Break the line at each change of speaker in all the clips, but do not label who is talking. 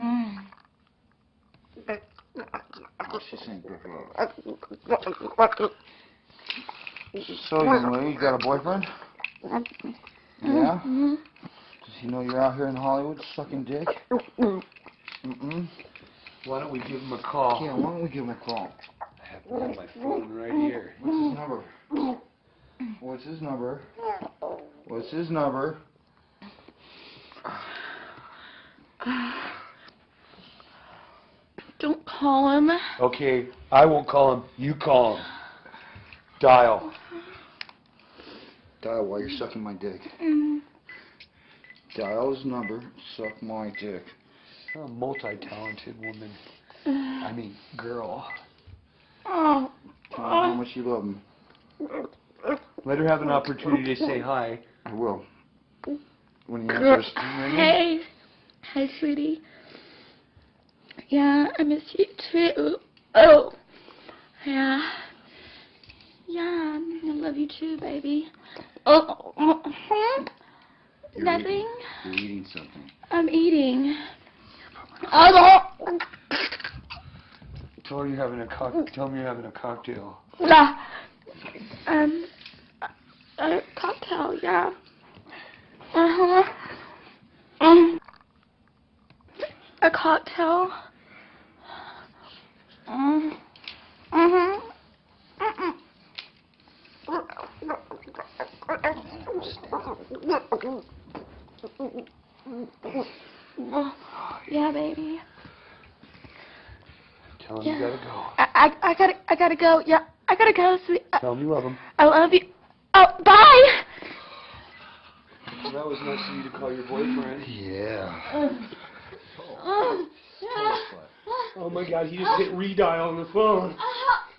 Mm-hmm.
Non si sente proprio. So
Wow.
anyway, you got a boyfriend? Yeah? Does he know you're out here in Hollywood sucking dick? Mm-mm.
Why don't we give him a call?
Yeah, Oh, why don't we give him a call?
I have it on my phone right here.
What's his number? What's his number? What's his number?
Don't call him.
Okay, I won't call him. You call him. Dial.
Dial while you're sucking my dick.
Mm-hmm.
Dial his number, suck my dick.
You're a multi-talented woman. I mean, girl.
Oh.
Tell him how much you love him.
Let her have an opportunity to say hi.
I will. When he answers,
Hey. Hi, sweetie. Yeah, I miss you too. Oh. Yeah. Yeah, I love you too, baby. Oh. mhm.
You're
Nothing.
you're eating something.
I'm eating. Oh.
Tell her you're having a cock. Tell me you're having a cocktail.
Yeah. uh, Um, a, a cocktail, yeah. Uh huh. Um, a cocktail. Um, mm hmm. Yeah, baby.
Tell him you gotta go.
I, I, I gotta, I gotta go. Yeah, I gotta go, sweet. I-
Tell him you love him.
I love you. Oh, bye.
That was nice of you to call your boyfriend.
Yeah.
Oh,
Oh my God, he just hit redial on the phone.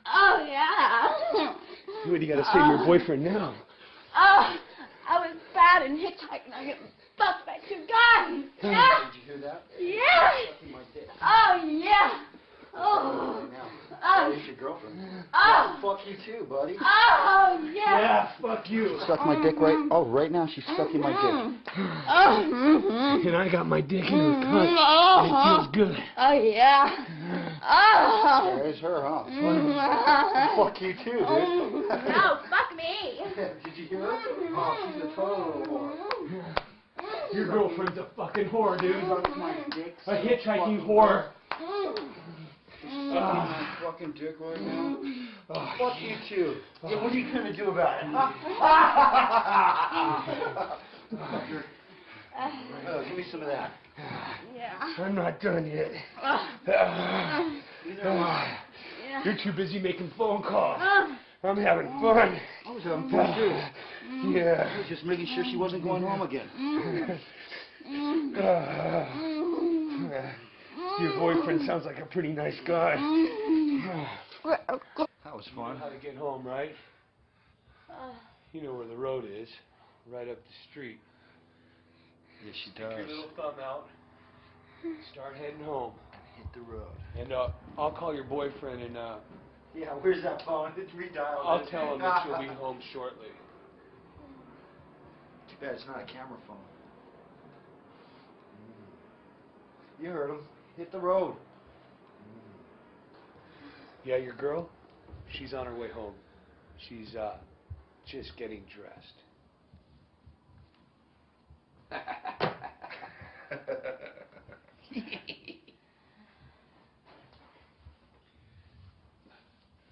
oh yeah.
What do you gotta say to your boyfriend now?
Oh, I was bad and hitchhiking. I got fucked by two guys. Yeah,
Did you hear that?
yeah.
My dick.
Oh yeah. Oh,
Now,
oh,
your girlfriend.
oh,
Fuck you too, buddy.
oh yeah.
Yeah, fuck you.
Suck my dick right. Oh, right now she's sucking my
Mm-hmm.
dick.
Mm. Oh, mhm.
And I got my dick in her
Mhm.
cunt.
oh,
It feels good.
oh yeah. Oh.
There's her, huh?
mhm.
Fuck you too,
No, fuck me.
Did you hear her?
Mm-hmm.
Oh, she's a total whore.
Your girlfriend's a fucking whore, dude.
Suck my dick.
A hitchhiking whore.
Suck my fucking dick right now. Oh, Fuck you too. Yeah, what are you gonna do about it? Oh, give me some of that.
Yeah.
I'm not done yet.
Neither am I.
Ah, You're too busy making phone calls. I'm having fun.
I was having fun too. I
Yeah.
was just making sure she wasn't going home again.
Ah,
Mm-hmm.
Your boyfriend sounds like a pretty nice guy.
Mm-hmm.
That was
You know
fun.
how to get home, right? You know where the road is, right up the street.
Yes, she
Stick your
does.
little thumb out. Start heading home.
Hit the road.
And uh, I'll call your boyfriend and uh,
Yeah, where's that phone? It's redialed.
I'll tell him that you'll be home shortly.
Too bad it's not a camera phone. Mm. You heard him. Hit the road.
Yeah, your girl, she's on her way home. She's uh, just getting dressed.